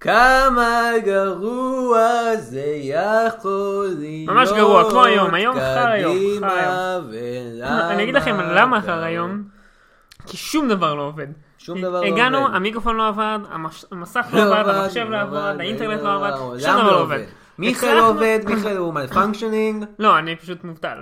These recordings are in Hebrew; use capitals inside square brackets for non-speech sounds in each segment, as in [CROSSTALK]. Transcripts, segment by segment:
כמה גרוע זה יכול להיות. ממש גרוע, כמו היום, היום אחר היום, אחר קדימה היום. ולמה... אני אגיד לכם למה כאן. אחר היום, כי שום דבר לא עובד. אה, שום דבר לא הגענו, עובד. המיקרופון לא עבד, המש- המסך לא לא עבד, עבד, המחשב לא לא עבד, עבד, האינטרנט לא לא עבד, עבד, שום דבר לא עובד. מיכאל הצלחנו- לא עובד, מיכאל הוא מלפונקשנינג, לא, אני פשוט מובטל.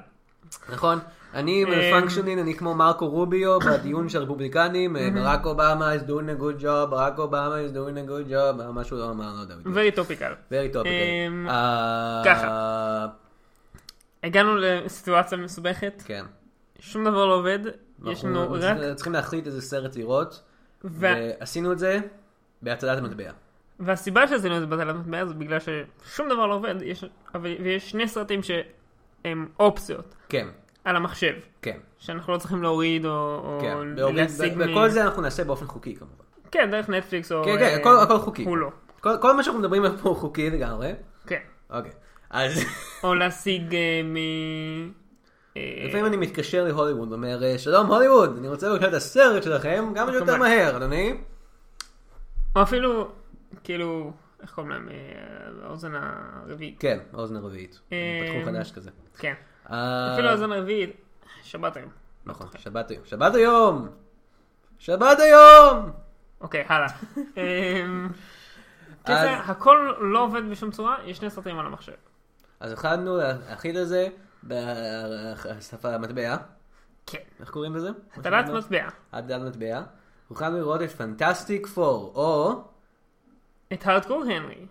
נכון? אמ, אני מלפונקשנינג, אני כמו מרקו רוביו בדיון של הרפובליקנים, אה, ברק אובמה is doing a good job, ברק אובמה is doing a good job, אה, משהו לא אמר, לא יודע בדיוק. Very topical. Very אמ, topical. אה, ככה. הגענו לסיטואציה מסובכת, כן. שום דבר לא עובד, נכון, יש לנו אנחנו רק... צריכים להחליט איזה סרט לראות, וה- ועשינו את זה בהצלת המטבע. והסיבה שעשינו את זה בטלת מטבע זה בגלל ששום דבר לא עובד, יש- אבל- ויש שני סרטים שהם אופציות כן, על המחשב, כן, שאנחנו לא צריכים להוריד או או כן. להשיג מ... וכל זה אנחנו נעשה באופן חוקי כמובן. כן, דרך נטפליקס או... כן, אה, כן, הכל- הכל חוקי. הוא לא. כל כל מה שאנחנו מדברים עליו פה הוא חוקי לגמרי. כן. אוקיי. אז או להשיג אה, מ... אה, לפעמים אני מתקשר להוליווד, אומר, אה, שלום הוליווד, אני רוצה לראות את הסרט שלכם כמה שיותר כמובן. מהר, אדוני. או אפילו, כאילו, איך קוראים להם? אה, האוזן הרביעית. כן, האוזן הרביעית. אה, בתחום חדש כזה. כן. אה, אפילו האוזן הרביעית, שבת היום. נכון, שבת היום. שבת היום! שבת היום! אוקיי, [LAUGHS] הלאה. אמ, אז- קיצר, הכל לא עובד בשום צורה, יש שני סרטים על המחשב. אז החלטנו להחיל את זה בשפה המטבע. כן. איך קוראים לזה? הטלת אוקיי. מטבע. הטלת מטבע. הוחלנו לראות את פנטסטיק פור, או... את הארדקור הנרי,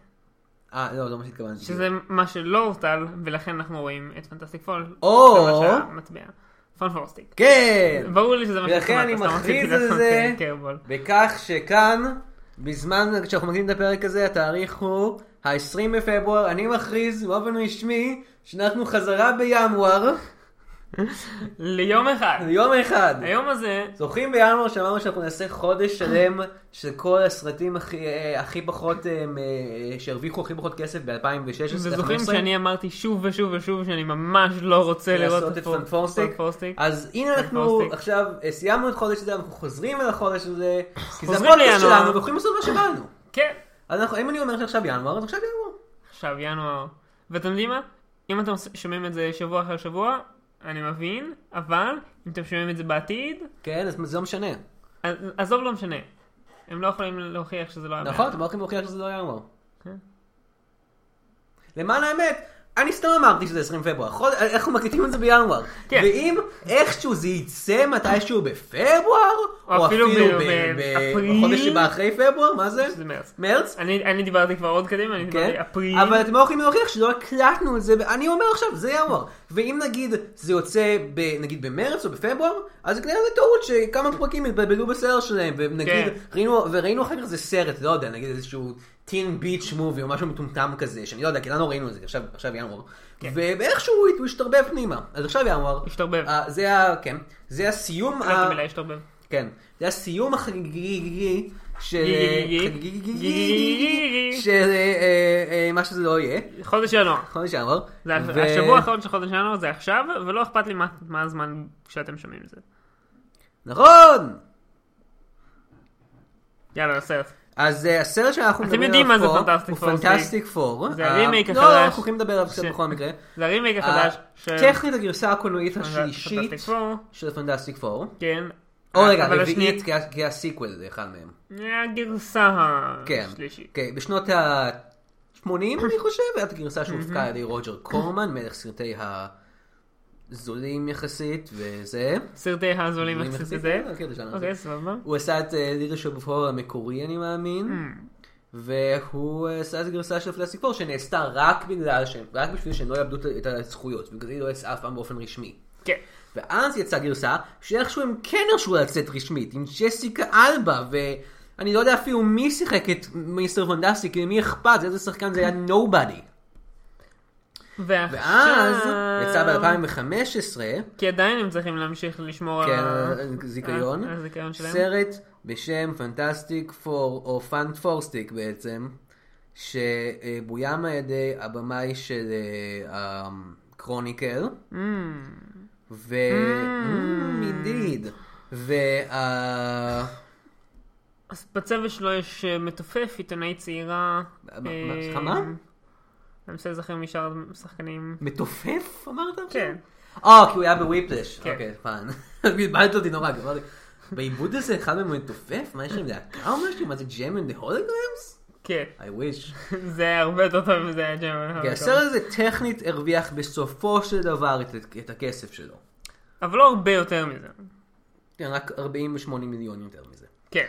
אה, לא, זה לא מה שהתכוונתי. שזה מה שלא הוטל, ולכן אנחנו רואים את פנטסטיק פול. או- מטבע. פון פורסטיק. כן! ברור לי שזה מה ולכן שהתכוונת, אני סתם רציתי מכריז לעשות, על זה אה, קרבול. בכך שכאן, בזמן שאנחנו מקליטים את הפרק הזה, התאריך הוא ה-20 בפברואר, אני מכריז באופן רשמי שאנחנו חזרה בינואר, ליום אחד. יום אחד. היום הזה, זוכרים בינואר שאמרנו שאנחנו נעשה חודש שלם של כל הסרטים הכי, אה, הכי פחות, אה, אה, שהרוויחו הכי פחות כסף ב-2016. וזוכרים שאני אמרתי שוב ושוב ושוב שאני ממש לא רוצה לראות לעשות את את פון- פנפורסטיק. אה- פנפורסטיק. אז הנה אנחנו פוסטיק. עכשיו אה, סיימנו את חודש הזה, אנחנו חוזרים אל החודש [COUGHS] הזה, כי זה חוזרים הפודקאסט לינואר. שלנו, ואנחנו יכולים לעשות מה שבא לנו. כן. אז אנחנו, אם אני אומר שעכשיו ינואר, אז עכשיו ינואר. עכשיו ינואר. ואתם יודעים מה? אם אתם שומעים את זה שבוע אחר שבוע, אני מבין, אבל אם אתם שומעים את זה בעתיד, כן, אז זה לא משנה. אז- עזוב לא משנה. הם לא יכולים להוכיח שזה לא היה נכון, בעיה. אתם לא יכולים להוכיח שזה לא ינואר. כן. למען האמת, אני סתם אמרתי שזה 20 פברואר, חוד- אנחנו מקליטים את זה בינואר. כן. ואם איכשהו זה יצא מתישהו בפברואר, או אפילו ב- ב- באפריל. בחודש שבא אחרי פברואר, מה זה? שזה מרץ. מרץ? אני אני דיברתי כבר עוד קדימה, אני דיברתי כן, אפריל. אבל אתם לא יכולים להוכיח שלא הקלטנו את זה, אני אומר עכשיו, זה ינואר. ואם נגיד זה יוצא ב, נגיד במרץ או בפברואר, אז כנראה זה טעות שכמה פרקים התבלבלו בסרט שלהם, ונגיד, כן. ראינו, וראינו אחר כך איזה סרט, לא יודע, נגיד איזשהו טין ביץ' מובי או משהו מטומטם כזה, שאני לא יודע, כי לנו ראינו את זה, עכשיו, עכשיו ינואר. כן. ואיכשהו הוא הוא השתרבב פנימה, אז עכשיו ינואר. השתרבב. אה, זה ה... כן. זה הסיום לא את ה... המילה השתרבב. כן, זה הסיום החגיגי של... גיגיגיגי. חגיגיגיגיגיגיגיגיגיגיגיגיגיגיגיגיגיגיגיגיגיגיגיגיגיגיגיגיגיגיגיגיגיגיגיגיגיגיגיגיגיגיגיגיגיגיגיגיגיגיגיגיגיגיגיגיגיגיגיי. של אה, אה, אה, מה שזה לא יהיה. חודש ינואר. חודש ינואר. זה ו- השבוע האחרון של חודש ינואר זה עכשיו, ולא אכפת לי מה- מה הזמן שאתם שומעים את זה. נכון! יאללה, לסרט. אז אה, הסרט שאנחנו אתם מדברים יודעים מה זה פה Fantastic הוא Four, פנטסטיק פור. זה הרימייק לא, החדש. אנחנו הולכים לדבר עליו קצת ש- בכל מקרה. זה הרימייק אה, החדש של... טכנית הגרסה הקולנועית פנט- השלישית פנטסטיק פור, של פנטסטיק פור. כן. או רגע, אבל השנייה- רביעית, כי ה- כי הסיקוול זה אחד מהם. הגרסה כן, השלישית. כן, בשנות ה-80 אני חושב, הייתה גרסה שהופקה על ידי רוג'ר קורמן, מלך סרטי הזולים יחסית, וזה. סרטי הזולים זולים יחסית יחסית, לזה. כן, כן, ז'אנר אוקיי, הזה. סבבה. הוא עשה את אה, לידרשו בפור המקורי אני מאמין, והוא אה, עשה את הגרסה של פלסטיק פור שנעשתה רק בגלל שהם, רק בשביל שהם לא יאבדו את- את הזכויות, בגלל זה היא לא יצאה אף פעם באופן רשמי. כן. ואז יצאה גרסה שאיכשהו הם כן הרשו לה לצאת רשמית, עם ג'סיקה אלבה, ואני לא יודע אפילו מי שיחק את מיסטר פנדסטיק, למי אכפת, איזה שחקן זה היה נובדי. ועכשיו... ואז יצא ב-2015, כי עדיין הם צריכים להמשיך לשמור כן, על... זיכיון, על אה, הזיכיון שלהם. סרט בשם פנטסטיק פור, או פאנט פורסטיק בעצם, שבוים על ידי הבמאי של קרוניקל. אמ, ו... Mm. Mm, אינדיד. ו... אה, אז בצוות שלו יש אה, מתופף, עיתונאי צעירה. מה- מה, אה, סליחה, מה? אני מנסה לזכר משאר השחקנים. מתופף אמרת עכשיו? כן. אה, כי הוא היה בוויפלש. כן. אוקיי, פאן. [LAUGHS] בלבלת אותי נורא, כי אמרתי, בעיבוד הזה אחד מהם מתופף? מה, יש להם להקה או משהו? מה זה ג'ם אנד הולוגרמס? כן. I wish. [LAUGHS] זה הרבה יותר טוב מזה היה ג'מל. כי הסרט הזה טכנית הרוויח בסופו של דבר את- את הכסף שלו. אבל לא הרבה יותר מזה. כן, רק 48 מיליון יותר מזה. כן.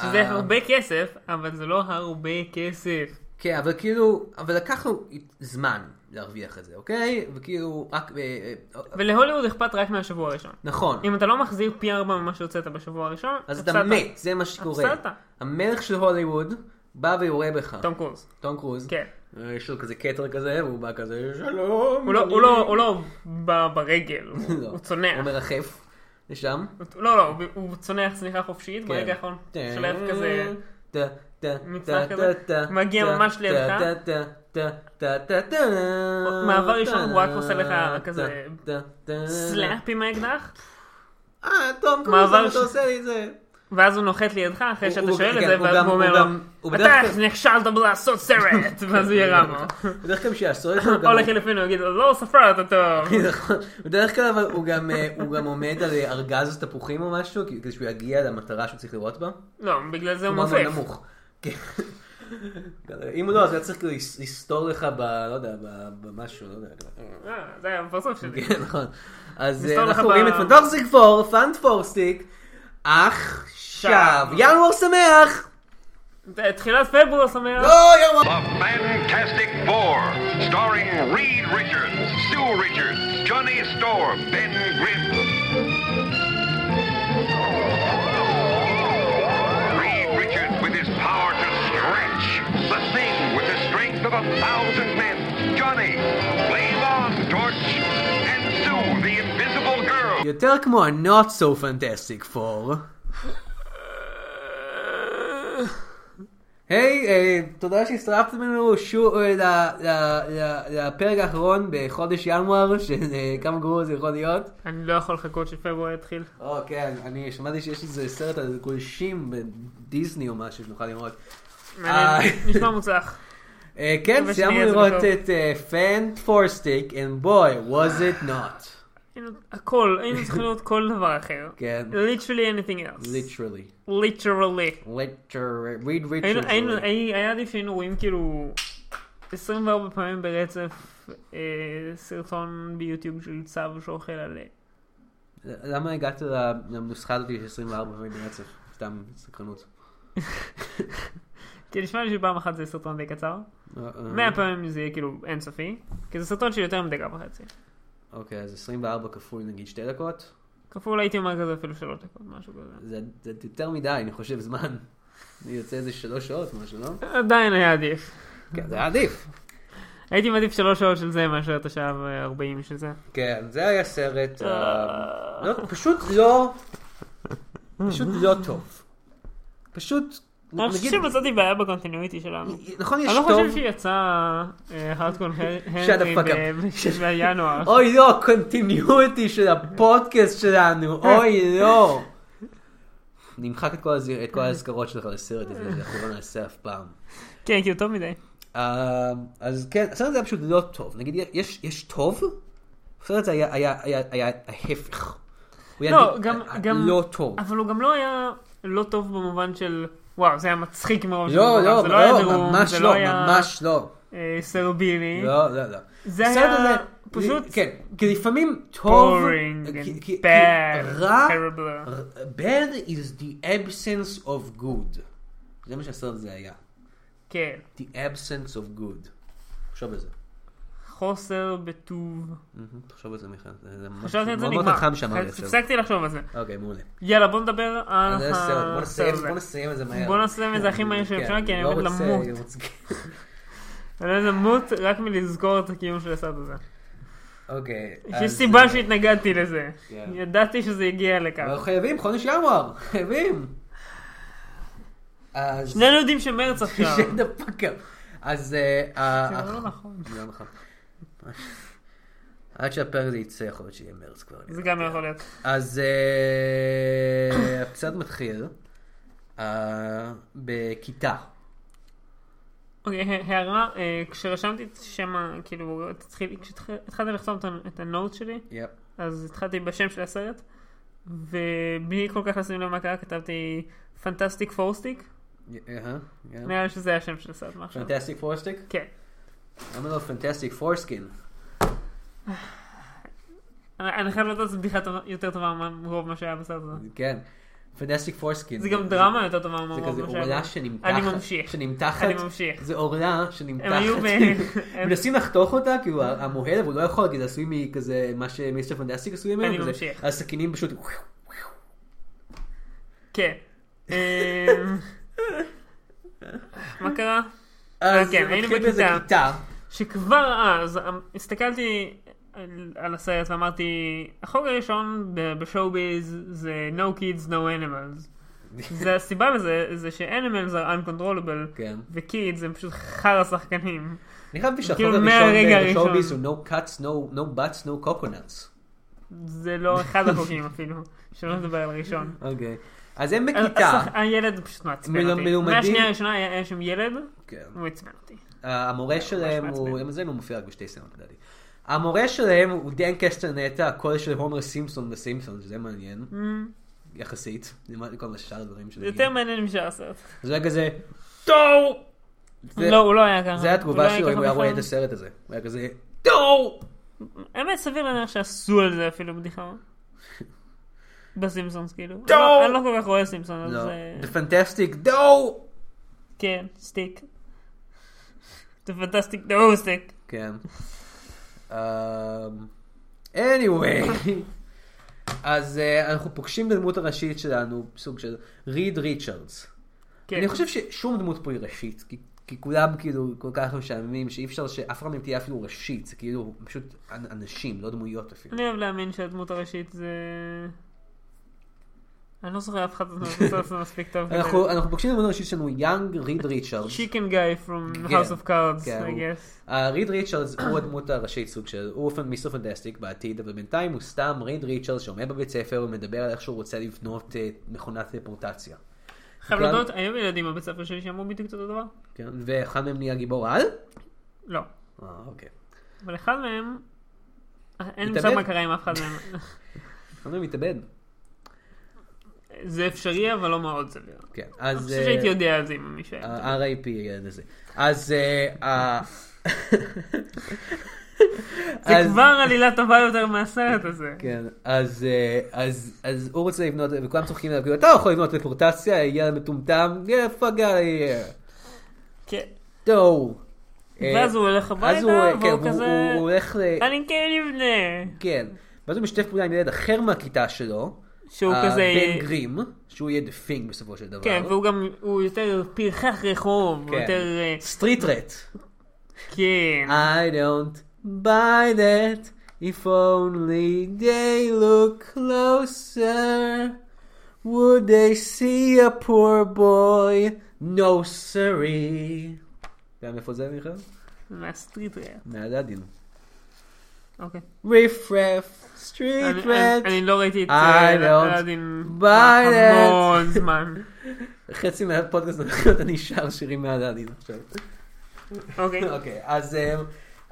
שזה אה. הרבה כסף, אבל זה לא הרבה כסף. כן, אבל כאילו, אבל לקח לו זמן להרוויח את זה, אוקיי? וכאילו, רק... אה, אה, ולהוליווד אכפת רק מהשבוע הראשון. נכון. אם אתה לא מחזיר פי ארבע ממה שהוצאת בשבוע הראשון, אז אתה הפסדת. מת, זה מה שקורה. הפסדת. המלך של הוליווד בא ויורה בך. תום קורס. תום קרוז. כן. אה, יש לו כזה כתר כזה, והוא בא כזה, שלום. הוא לא- אני-" הוא לא- הוא לא בא ברגל, הוא- לא. הוא צונח. הוא מרחף לשם. הוא- לא, לא, הוא- הוא צונח צניחה חופשית, כן. ברגע האחרון טה, שולף כזה. טה, טה, מצנח טה, כזה, טה, טה, מגיע טה, ממש טה, לידך. טה, טה, טה, טה, טה, טה, מעבר ראשון, הוא רק טה, עושה לך טה, כזה טה, טה. סלאפ [LAUGHS] עם האקדח, אה, תום קרוז, מעבר למה אתה ש- עושה לי את זה? ואז הוא נוחת לידך אחרי הוא- שאתה הוא- שואל את כן, זה, הוא ואז גם- הוא אומר הוא גם- לו, הוא אתה בדרך [LAUGHS] כן. איך נכשלת בלעשות [LAUGHS] סרט, ואז הוא יהיה רמה. בדרך כלל שיעשו את זה, הוא גם- או לחילופין הוא יגיד, לו, לא ספרת אותו. [LAUGHS] נכון. בדרך כלל אבל הוא גם, אה, הוא גם עומד על אה, ארגז תפוחים או משהו, כי- כדי שהוא יגיע למטרה שהוא צריך לראות בה. לא, בגלל זה הוא מאוד מופף. מאוד נמוך. כן. אם לא, אז היה צריך כאילו לס- לסתור לך ב... לא יודע, ב- במשהו, לא יודע. אה, זה היה הפרצוף שלי. כן, נכון. אז אה, לסתור לך אנחנו ב- רואים את פנטורסטיק פור, פאנט פורסטיק, עכשיו, ינואר שמח! תחילת פברואר שמח. לא, ינואר! The Fantastic Four, starring Reed Richards, Stu Richards, Johnny Storm, Ben Grimm. Reed Richards with his power to stretch. The Thing with the strength of a thousand men. Johnny, flame on, Torch. And Sue, the Invisible Girl. יותר כמו ה-not so fantastic for. אה, היי, אה, תודה שהצטרפתם אלינו שוב אה, ל- ל- ל- לפרק האחרון בחודש ינואר, של אה, כמה גרוע זה יכול להיות. אני לא יכול לחכות שפברואר יתחיל. או, כן, אני שמעתי שיש איזה סרט על גולשים בדיסני או משהו שנוכל לראות. אה. מעניין, נשמע מוצלח. אה, כן, מקווה סיימנו שנהיה את זה לראות בטוב. את אה, פן פורסטיק, and boy, was it not. היינו- הכל, היינו צריכים לראות כל דבר אחר. כן. literally anything else. literally. literally. literally. read היינו- היינו- literally. הי- היה עדיף שהיינו רואים כאילו 24 פעמים ברצף אה, סרטון ביוטיוב של צו שאוכל על... אה, למה הגעת ל- לנוסחה הזאת של 24 פעמים ברצף? סתם סקרנות. כי נשמע לי שפעם אחת זה סרטון די קצר. אה, אה. 100 פעמים זה יהיה כאילו אינסופי. כי זה סרטון של יותר מדקה וחצי. אוקיי, אז 24 כפול נגיד 2 דקות? כפול הייתי אומר כזה אפילו שלוש דקות, משהו כזה. זה זה יותר מדי, אני חושב, זמן. זה יוצא איזה 3 שעות, משהו, לא? עדיין היה עדיף. כן, זה היה עדיף. הייתי מעדיף שלוש שעות של זה מאשר את השעה ו-40 של זה. כן, זה היה סרט... אה, לא- פשוט לא... פשוט לא טוב. פשוט... אני נגיד- חושב שמצאתי בעיה בקונטיניויטי שלנו. נכון, יש אני לא טוב. חושב שיצא אה, הארדקון Shut the fuck up. הנרי בינואר. אוי לא, קונטיניוטי של הפודקאסט שלנו, אוי לא. נמחק את כל הז- את כל האזכרות שלך לסרט הזה, אנחנו לא נעשה אף פעם. כן, כי הוא טוב מדי. אה, אז כן, הסרט הזה היה פשוט לא טוב. נגיד, יש, יש טוב, הסרט הזה היה, היה, היה, היה ההפך. הוא היה לא, ד- גם- ה- ה- גם- לא טוב. אבל הוא גם לא היה לא טוב במובן של... וואו, זה היה מצחיק מרוב שזה לא, מטורף. לא, זה לא, היה לא, נאום, ממש זה לא, היה ממש לא. אה, סרבילי. לא, לא, לא. זה הסרט היה הזה- פשוט כן, כי לפעמים טוב... boring כי- כי- כי and bad רע... and terrible. bad is the absence of good. זה מה שהסרט הזה היה. כן, The absence of good. תחשוב על זה. חוסר בטוב. מהמם, תחשוב על זה, מיכאל. זה- זה ממש- חשבתי על זה נכון, מאוד נגמר. מאוד חם שם. הרי עכשיו. הפסקתי לחשוב על זה. אוקיי, מעולה. יאללה, בוא נדבר על אז זה הסרט. בוא נסיים- הסרט הזה. בוא נסיים את זה מהר. בוא נסיים את זה הכי מהר כן, שאפשר, כי אני לא עומד רוצה- למות. אני רוצה- אני לא למות רק מלזכור את הקיום של הסרט הזה. אוקיי. יש אז- סיבה שהתנגדתי לזה. כן. ידעתי שזה הגיע אבל לכך. לא חייבים, חודש ינואר. חייבים. אז... שנינו יודעים [LAUGHS] שמרץ עכשיו. shut the fuck up. אז... אה, זה ה- לא נכון. לא נכון. עד שהפרק הזה יצא, יכול להיות שיהיה מרץ כבר. לא זה גם יכול להיות. אז אה, הפסד מתחיל. אה, אה, בכיתה. אוקיי, ה- הערה, אה, כשרשמתי את שם, ה- כאילו, תתחיל- כשהתחלתי לחסום את ה- את הנוט שלי, יפ. אז התחלתי בשם של הסרט, ובלי כל כך לשים לב מה קרה, כתבתי פנטסטיק פורסטיק, נראה לי שזה השם של הסרט מעכשיו. פנטסטיק פורסטיק? כן. למה לא פנטסטיק פורסקין? אני אני חייב לדעת שזו בדיחה טובה- יותר טובה מרוב מה שהיה בסרט הזה. כן. פנטסטיק פורסקין. זה גם דרמה יותר טובה זה מרוב מה כזה שהיה. עורלה שנמתחת. אני ממשיך. שנמתחת. אני ממשיך. זה עורלה שנמתחת. הם [LAUGHS] היו ב... הם- מנסים לחתוך אותה, כאילו המוהל, אבל הוא לא יכול, כי זה עשוי מכזה, מה שמיסטר פנטסטיק עשוי ממנו. אני כזה. ממשיך. אוקיי, הסכינים פשוט... כן. אמ, מה קרה? אז כן, זה היינו מתחיל באיזה בכיתה. כיתה. שכבר אז אמ, הסתכלתי על- על הסרט ואמרתי, החוק הראשון ב- בשואו-ביז זה No Kids, No [LAUGHS] Animals. זה הסיבה לזה, זה ש-Animals are uncontrollable, כן. ו-Kids הם פשוט חרא שחקנים. אני חייב בשביל כאילו, החוק הראשון מהרגע הראשון. בשואוביס הוא no cuts, no- no butts, no coconuts. זה [LAUGHS] לא אחד החוקים אפילו, שלא לדבר על ראשון. אוקיד. אז הם אוקיי. אז- בכיתה. אז הילד פשוט מעצבן מל- אותי. מלומדים- מהשנייה הראשונה היה היה שם ילד, כן. הוא עצבן אותי. אה, המורה שלהם ממש הוא, מעצבן. גם זה הוא מופיע רק בשתי סצנות לדעתי. המורה שלהם הוא דן קסטרנטה, הקול של הומר סימפסון בסימפסון, שזה מעניין, יחסית, לעומת כל השאר הדברים זה שזה. יותר מעניין משאר הסרט. זה היה כזה, טוב! זה- לא, הוא לא היה ככה. זה היה הוא לא התגובה שלו אם ככה הוא היה רואה את בכלל. הסרט הזה. הוא היה כזה, טו! האמת, סביר להניח שעשו על זה אפילו [LAUGHS] בדיחה. בסימפסונס, כאילו. טוב! אני לא- אני לא כל כך רואה סימפסונס, אז... לא, אה, זה פנטסטיק, דו! כן, סטיק. זה פנטסטיק, דו סטיק. כן. אמ, anyway, אז אה, אנחנו פוגשים את הדמות הראשית שלנו, סוג של ריד ריצ'רדס. כן. אני חושב ששום דמות פה היא ראשית, כי, כי כולם כאילו כל כך משעממים, שאי אפשר שאף אחד מהם לא תהיה אפילו ראשית, זה כאילו פשוט אנ- אנשים, לא דמויות אפילו. אני אוהב להאמין שהדמות הראשית זה... אני לא זוכר אף אחד מהדמות הזאת מספיק טוב. כאילו. אנחנו, אנחנו פוגשים את הדמות הראשית שלנו, יאנג ריד ריצ'רדס. צ'יקן גאי from כן. House of Cards, כן, I הוא- guess. אה, ריד ריצ'רדס הוא הדמות הראשית סוג של, הוא אופן מיסטר פנטסטיק בעתיד, אבל בינתיים הוא סתם ריד ריצ'רדס שעומד בבית ספר ומדבר על איך שהוא רוצה לבנות אה, מכונת טלפורטציה. חייב גם- להודות, היו ילדים בבית ספר שלי שאמרו בדיוק את אותו דבר? כן? ואחד מהם נהיה גיבור על? לא. אה, אוקיי. אבל אחד מהם... אין לי התאבד? מושג מה קרה עם אף אחד מהם. [LAUGHS] אחד מהם מתאבד. זה אפשרי, אבל לא מאוד סביר. כן. אני אז... חושב אה, שהייתי יודע על זה אם מישהו היה... יודע. ה-RIP הילד הזה. אז... אה, ה- [LAUGHS] זה אז- כבר עלילה טובה יותר מהסרט הזה. כן, אז, אה, אז, אז הוא רוצה לבנות, וכולם צוחקים עליו, כאילו, אתה לא יכול לבנות טלפורטציה, ילד מטומטם, get the fuck out of here. כן. טוב. אה, ואז הוא הולך אז הביתה, הוא, אה, כן, והוא הוא- כזה... הוא- הוא הולך ל... אני כן אבנה. כן. ואז הוא משתף פעולה עם ילד אחר מהכיתה שלו, שהוא אה, כזה... בן גרים, שהוא יהיה דה פינג בסופו של דבר. כן, והוא גם... הוא יותר פרחח רחוב. הוא כן. אה. יותר... אה, סטריט רט. כן. I don't buy that. If only they look closer, would they see a poor boy? No sorry. אתה יודע מאיפה זה מיכאל? מהסטריט רייר. מהדדין. אוקיי. ריפרף, אני- סטריט אני- רט. אני לא ראיתי את I אה, don't אלאדין buy כבר that. המון זמן. [LAUGHS] חצי מהפודקאסט הנכון אני שר שירים מהדדין עכשיו. אוקיי. אוקיי, אז... אה,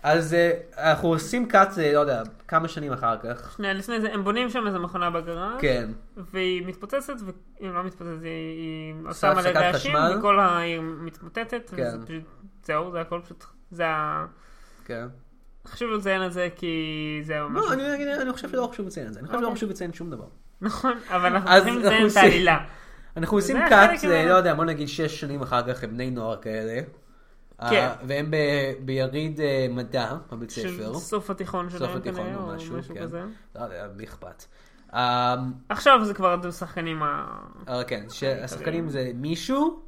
אז אה, אנחנו עושים קאט, אה, לא יודע, כמה שנים אחר כך. שנייה, לפני זה, הם בונים שם איזה מכונה בגראז' כן. והיא מתפוצצת, והיא לא מתפוצצת, היא- היא עושה עושה מלא הפסקת רעשים, חשמל. וכל העיר מתמוטטת, כן. וזה פשוט, זהו, זה הכל פשוט, זה ה... כן. חשוב לציין את זה כי זה ממש... לא, אני- אני- אני חושב שלא חשוב לציין את זה. אני חושב שלא אוקיי. חשוב לציין שום דבר. נכון, אבל אנחנו אז צריכים אנחנו לציין את עושים- העלילה. אנחנו עושים זה קאט, החלק אה, ה- לא יודע, בוא נגיד שש שנים אחר כך הם בני נוער כאלה. אה, והם ב- ביריד אה, מדע בבית ספר. כן. של סוף התיכון סוף שלהם התיכון כנראה, או או משהו, משהו כן. כזה. לא יודע, מי אכפת. אה, עכשיו זה כבר השחקנים ה... אה, כן, שהשחקנים זה מישהו,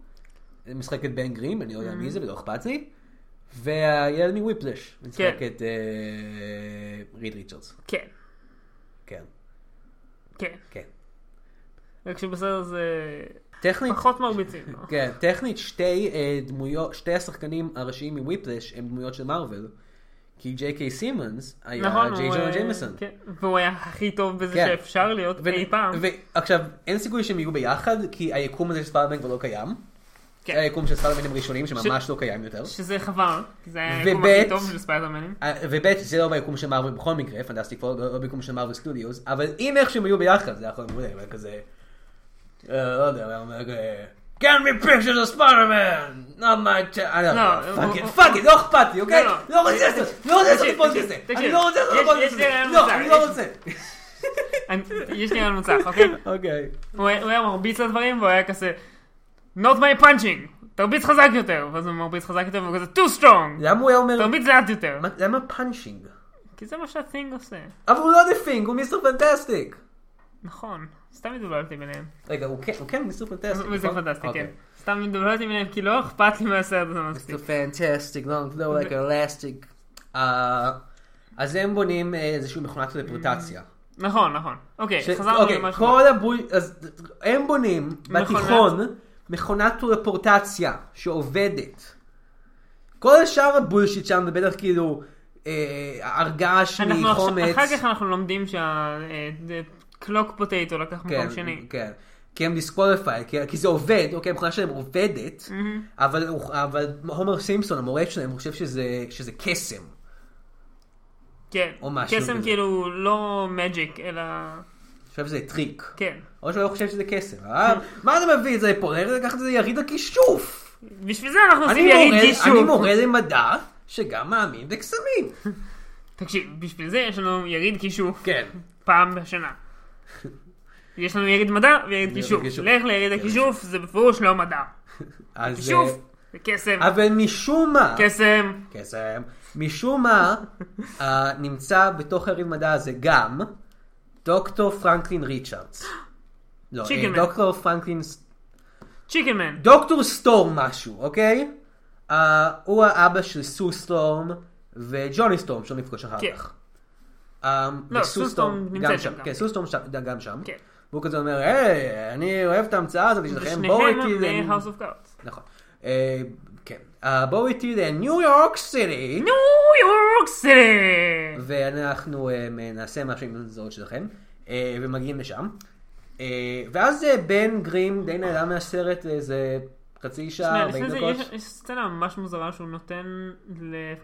משחקת בן גרים, אני לא יודע Mm-hmm. מי זה ולא אכפת לי, והילד מוויפלש, משחקת אה, ריד ריצ'רדס. כן, כן, כן. כן. רק שבסדר זה טכנית, פחות מרביצים. לא? כן, טכנית שתי אה, דמויות, שתי השחקנים הראשיים מוויפלש הם דמויות של מארוול. כי ג'יי קיי סימונס היה נכון, ג'יי הוא, ג'ון אה, ג'יימסון. כן, והוא היה הכי טוב בזה כן. שאפשר להיות ו- אי פעם. ועכשיו, אין סיכוי שהם יהיו ביחד, כי היקום הזה של ספיידרמן כבר לא קיים. כן. זה היקום של ספיידרמנים הראשונים שממש לא קיים יותר. שזה חבל, כי זה היה היקום הכי ובית- טוב של ספיידרמנים. אה, ובית, זה לא ביקום של מארוול בכל מקרה, פנטסטיק פור, לא לא ביקום של מארוול סטודיוס, אבל אם איך שהם היו ביחד, זה היה יכול להיות מעולה, אבל כזה... אה, לא יודע, אבל הוא אומר כזה... Get me pictures of Spider-Man! Not my... ch- I don't know, לא, fuck הוא- it, fuck it, לא אכפת לי, אוקיי? לא, לא. לא רוצה לעשות, לא רוצה לעשות את תקשיב, הפודקאסט הזה, תקשיב, אני לא רוצה לעשות את יש- הפודקאסט יש לי הזה, רעיון לא, מוזר, אני לא יש- רוצה. [LAUGHS] אני- יש לי רעיון מוצלח, אוקיי? אוקיי. הוא היה הוא היה מרביץ לדברים והוא היה כזה Not my punching, תרביץ חזק יותר, ואז הוא מרביץ חזק יותר והוא כזה too strong, למה הוא היה אומר... תרביץ לאט יותר, מה- למה פאנצ'ינג? כי זה מה שהטינג עושה, אבל הוא לא דפינג, הוא מיסטר פנטסטיק. נכון, סתם התבלבלתי ביניהם, רגע, הוא כן, הוא כן מיסטר פנטסטיק. וזה נכון? פנטסטי, אוקיי. כן, סתם התבלבלתי ביניהם כי לא אכפת לי מהסרט הזה מספיק, It's a fantastic long flow like elastic. אה, אז הם בונים אה, איזושהי מכונת טלפורטציה. נכון נכון, אוקיי, ש- חזרנו אוקיי, למשהו, כל הבוי... אז הם בונים בתיכון מכונת טלפורטציה שעובדת. כל השאר הבולשיט שם זה בטח כאילו אה, הרגש אנחנו עכשיו- מחומץ. אחר כך אנחנו לומדים אה, שהקלוק פוטטו לקח כן, מקום שני, כן. כי הם דיסקוליפיי, כי, כי זה עובד, אוקיי, המכונה שלהם עובדת, Mm-hmm. אבל, הוא- אבל הומר סימפסון, המורה שלהם, הוא חושב שזה, שזה קסם. כן, או משהו קסם כזה. כאילו לא מג'יק אלא, הוא חושב שזה טריק. כן, או שהוא לא חושב שזה קסם, אה? מה אתה מביא את זה לפה? לך לקחת את זה יריד הכישוף! בשביל זה אנחנו עושים אני יריד מורה- גישור, אני מורה למדע שגם מאמין בקסמים. תקשיב, בשביל זה יש לנו יריד כישוף כן. פעם בשנה. יש לנו יריד מדע ויריד כישוף. כישוף. לך ליריד הכישוף, זה בפירוש לא מדע. אז, כישוף כן. זה קסם, אה, אבל משום מה, קסם, קסם, משום מה, אה, נמצא בתוך יריד מדע הזה גם דוקטור פרנקלין ריצ'רדס. לא, אה, צ'יקנמן. דוקטור פרנקלין ס- צ'יקן מן. דוקטור סטורם משהו, אוקיי? Uh, הוא האבא של סו סטורם וג'וני סטורם, שלא נפגוש אחר כן. כך. Um, לא, סו סטורם נמצא גם שם גם. כן, סו סטורם שם, גם שם. כן. והוא כזה אומר, היי, אני אוהב את ההמצאה הזאת שלכם, בואו כאילו שניהם איתי בני ל... אה, House of Cards. נכון. אה, כן. אה, בואו איתי לניו יורק סיטי, ניו יורק סיטי! ואנחנו אה, נעשה משהו עם הזהות שלכם, אה, ומגיעים לשם. אה, ואז אה, בן גרים די נעלם מהסרט איזה חצי שעה, שנייה, 40 לפני זה אה, דקות. יש- יש סצנה ממש מוזרה שהוא נותן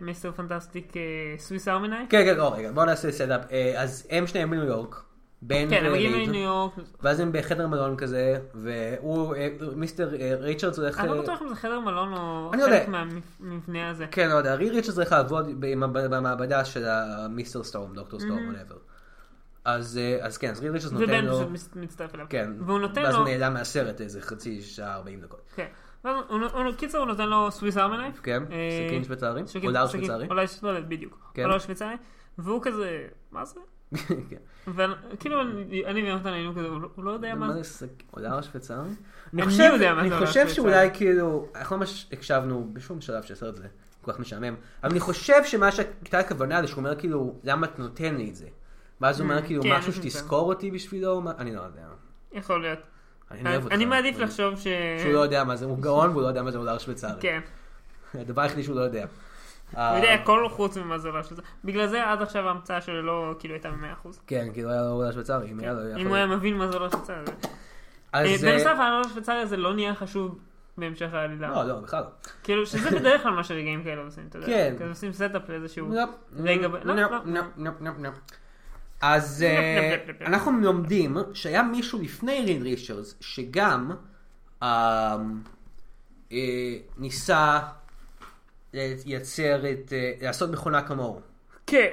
למיסטר פנטסטיק אה, סוויס ארמיני. כן, כן, לא, רגע, בואו נעשה סטאפ. אה, אז הם שניהם בניו יורק, בן כן, הם מגיעים וריד, לניו יורק. ואז הם בחדר מלון כזה, והוא, אה, מיסטר אה, ריצ'רדס הולך... אני אה, לא בטוח אם זה חדר מלון או אני חלק יודע. מהמבנה הזה. כן, לא יודע, רי ריצ'רדס הולך לעבוד עם המ- במעבדה של המיסטר סטורם, דוקטור סטורם, וואטאבר. אז אה, אז כן, אז רי ריצ'רדס נותן Mm-hmm. ובן לו... פשוט מס- מצטרף אליו. כן, והוא נותן ואז לו... הוא נעלם מהסרט איזה חצי שעה, 40 דקות. [LAUGHS] כן. ואז הוא- הוא- הוא- קיצר הוא נותן לו סוויס ארמנייף. כן, אה, סכין שוויצרי, סכין- אולר סכין- שוויצרי. אולר שוויצרי, בדיוק. כן. אולר שוויצרי. והוא כזה, מה זה? כן. וכאילו כאילו, אני אני ויונתן היינו כזה, הוא לא- הוא לא יודע מה מה זה. זה סק- עולה השוויצרי? אני אני חושב, יודע מה זה אני עולה חושב שוויצרי. שאולי כאילו, אנחנו לא ממש הקשבנו בשום שלב שהסרט הזה כל כך משעמם, אבל אני חושב שמה שהייתה הכוונה זה שהוא אומר כאילו, למה אתה נותן לי את זה? ואז הוא אומר כאילו, כן, משהו אני חושב. שתזכור אותי בשבילו, מה- אני לא יודע. יכול להיות. אני אוהב אותך. אני מעדיף לחשוב ש... שהוא לא יודע מה זה, הוא גאון והוא לא יודע מה זה עולה שוויצרי. כן. הדבר היחידי שהוא לא יודע. אה, הוא יודע הכל חוץ ממה זה לא שזה. בגלל זה עד עכשיו ההמצאה שלו לא כאילו הייתה ב-100%. כן, כאילו היה לו עולה שוויצרי, אם היה לו... יכול כן. אם הוא היה להיות. מבין מה זה לא שצר. אז, אה, בנוסף, העלון השוויצרי הזה לא נהיה חשוב בהמשך העלילה. לא, לא, בכלל לא. כאילו, שזה בדרך כלל מה שרגעים כאלה עושים, אתה יודע. כן. כזה עושים סטאפ לאיזשהו... נופ, רגע, ב- לא, נופ, לא. נופ, נופ, נופ, נופ. אז אה, נופ, נופ, נופ. אנחנו לומדים שהיה מישהו לפני רין ריצ'רדס שגם אה, אה, ניסה אה, לייצר את, אה, לעשות מכונה כמוהו. כן.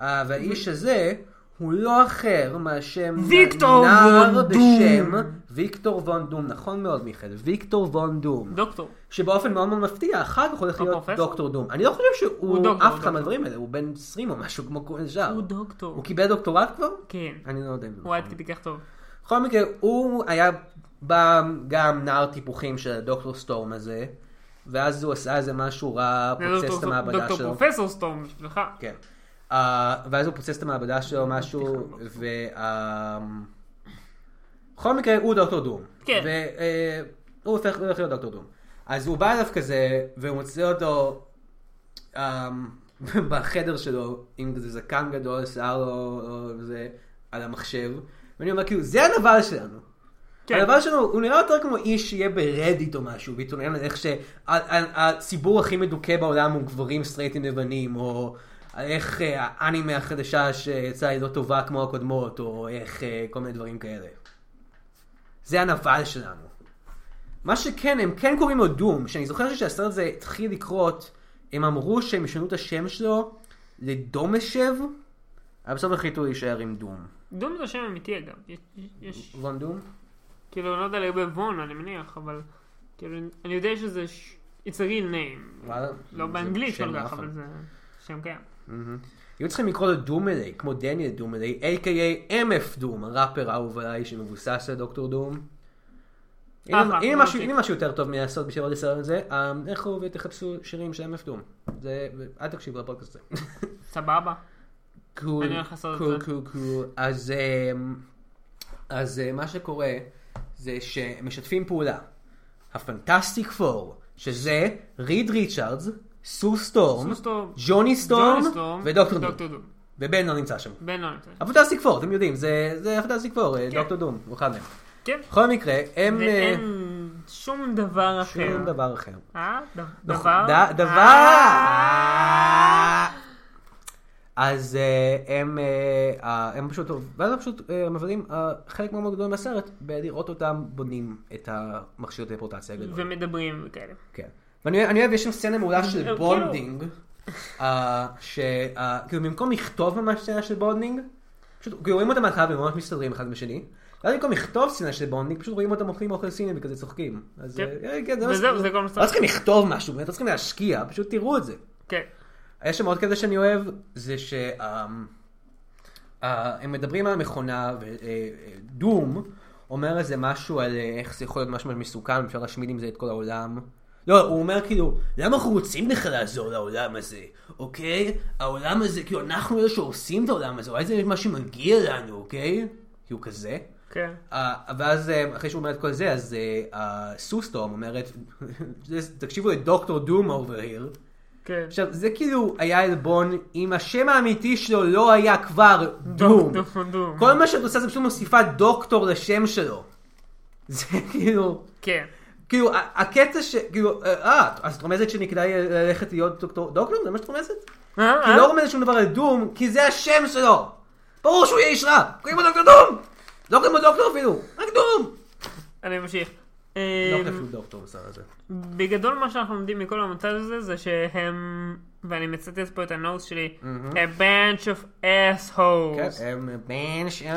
אה, והאיש הזה הוא לא אחר מאשר ויקטור נער וון דום. בשם ויקטור וון דום, נכון מאוד מיכאל, ויקטור וון דום. דוקטור. שבאופן מאוד מאוד מפתיע, אחר כך הולך הוא להיות פרופסור? דוקטור דום. אני לא חושב הוא שהוא דוקטור, הוא אף אחד דוקטור. מהדברים האלה, הוא בן 20 או משהו כמו כל שאר. הוא דוקטור. הוא קיבל דוקטורט כבר? כן. אני לא יודע. אם זה הוא עד נכון. כדי כך טוב. בכל מקרה, הוא היה בא גם נער טיפוחים של הדוקטור סטורם הזה, ואז הוא עשה איזה משהו רע, זה פוצץ את לא דוקטור- המעבדה דוקטור שלו. פרופסור סטורם בשבילך. כן. Uh, ואז הוא פוצץ את המעבדה שלו משהו, מבטיחה, ו... uh, בכל מקרה, הוא דוקטור דום. כן. והוא הופך הולך להיות דוקטור דום. אז הוא בא אליו כזה, והוא מוצא אותו... Um, [LAUGHS] בחדר שלו, עם כזה זקן גדול, שיער לו, לו זה, על המחשב, ואני אומר כאילו, זה הנבל שלנו. כן. כן. הדבר שלנו, הוא נראה יותר כמו איש שיהיה ברדיט או משהו, והתעונן על איך שהציבור הכי מדוכא בעולם הוא גברים סטרייטים לבנים, או על איך אה, האנימה החדשה שיצאה היא לא טובה כמו הקודמות, או איך אה, כל מיני דברים כאלה. זה הנבל שלנו. מה שכן, הם כן קוראים לו דום, שאני זוכר שכשהסרט הזה התחיל לקרות, הם אמרו שהם ישנו את השם שלו לדומשב, אבל בסוף החליטו להישאר עם דום. דום זה שם אמיתי אגב. יש- יש... וון דום? כאילו, לא יודע לגבי וון, אני מניח, אבל... כאילו, אני יודע שזה... ש- It's a real name. וואלה, לא זה באנגלית שם כל כך, מאפן. אבל זה שם קיים. היו צריכים לקרוא לו דומלי, כמו דניאל דומלי, a.k.a. MF דום, הראפר האהוב עליי שמבוסס על דוקטור דום. אחלה, הנה הנה לא משהו- מספיק. הנה משהו יותר טוב מלעשות בשביל עוד לסרט הזה, אה, לכו ותחפשו שירים של MF דום. זה, אל תקשיבו לפודקאסט [LAUGHS] הזה. סבבה. קול, אני הולך לעשות את קול, זה. קול, קול. אז, אמ, אז אה, מה שקורה זה שהם משתפים פעולה. הפנטסטיק פור, שזה ריד ריצ'רדס, סו סטורם, סו סטורם, ג'וני סטורם ג'וני סטורם ודוקטור דום. ודוקטור דום. ובן לא נמצא שם. בן לא נמצא. הפנטסטיק פור, אתם יודעים, זה, זה הפנטסטיק פור, אה, דוקטור דום, הוא אחד מהם. כן. בכל מקרה, הם... ואין אה, שום דבר אחר. שום דבר אחר. אה? ד- דבר? ד- אה. דבר! אז אה, הם, אה, אה, הם פשוט, ואז הם פשוט אה, מבלים אה, חלק מאוד גדול מהסרט בלראות אותם בונים את המכשיר טלפורטציה הגדול. ומדברים וכאלה. כן. ואני אני אוהב, יש שם סצנה מעולה של כאילו- בונדינג, אה, ש... אה, כאילו במקום לכתוב ממש סצנה של בונדינג, פשוט כאילו רואים אותם מההתחלה והם ממש מסתדרים אחד בשני, ואז במקום לכתוב סצנה של בונדינג, פשוט רואים אותם אוכלים אוכל סיני וכזה צוחקים. אז כן. אה, כן, זה מה וזהו, זה כל מה לא שצריך. צריכים לכתוב משהו, באמת, לא צריכים להשקיע, פשוט תראו את זה. כן. יש שם עוד כזה שאני אוהב, זה שהם מדברים על המכונה, ודום אומר איזה משהו על אה, איך זה יכול להיות משהו מסוכן, אפשר להשמיד עם זה את כל העולם. לא, הוא אומר כאילו, למה אנחנו רוצים בכלל לעזור לעולם הזה, אוקיי? העולם הזה, כאילו, אנחנו אלה שהורסים את העולם הזה, אולי זה מה שמגיע לנו, אוקיי? כאילו כזה. כן. אה, ואז אה, אחרי שהוא אומר את כל זה, אז סוסטורם אומרת, [LAUGHS] תקשיבו לדוקטור דום אובר היר. כן. עכשיו, זה כאילו היה עלבון, אם השם האמיתי שלו לא היה כבר דום. דוקטור דום. כל מה שאת עושה זה פשוט מוסיפה דוקטור לשם שלו. זה כאילו, כן. כאילו, ה- הקטע ש... כאילו, אה, אה, אז את רומזת שאני כדאי ללכת להיות דוקטור? דוקטור? זה מה שאת רומזת? אה, כי אה? לא רומזת שום דבר על דום, כי זה השם שלו. ברור שהוא יהיה איש רע. קוראים לו דוקטור דום! לא קוראים לו דוקטור אפילו, רק דום! אה? אני ממשיך. לא אמ, חושב שהוא דוקטור בסדר הזה. בגדול מה שאנחנו לומדים מכל המצב הזה זה שהם, ואני מצטט פה את הנוס שלי, a bunch of assholes. כן, בן של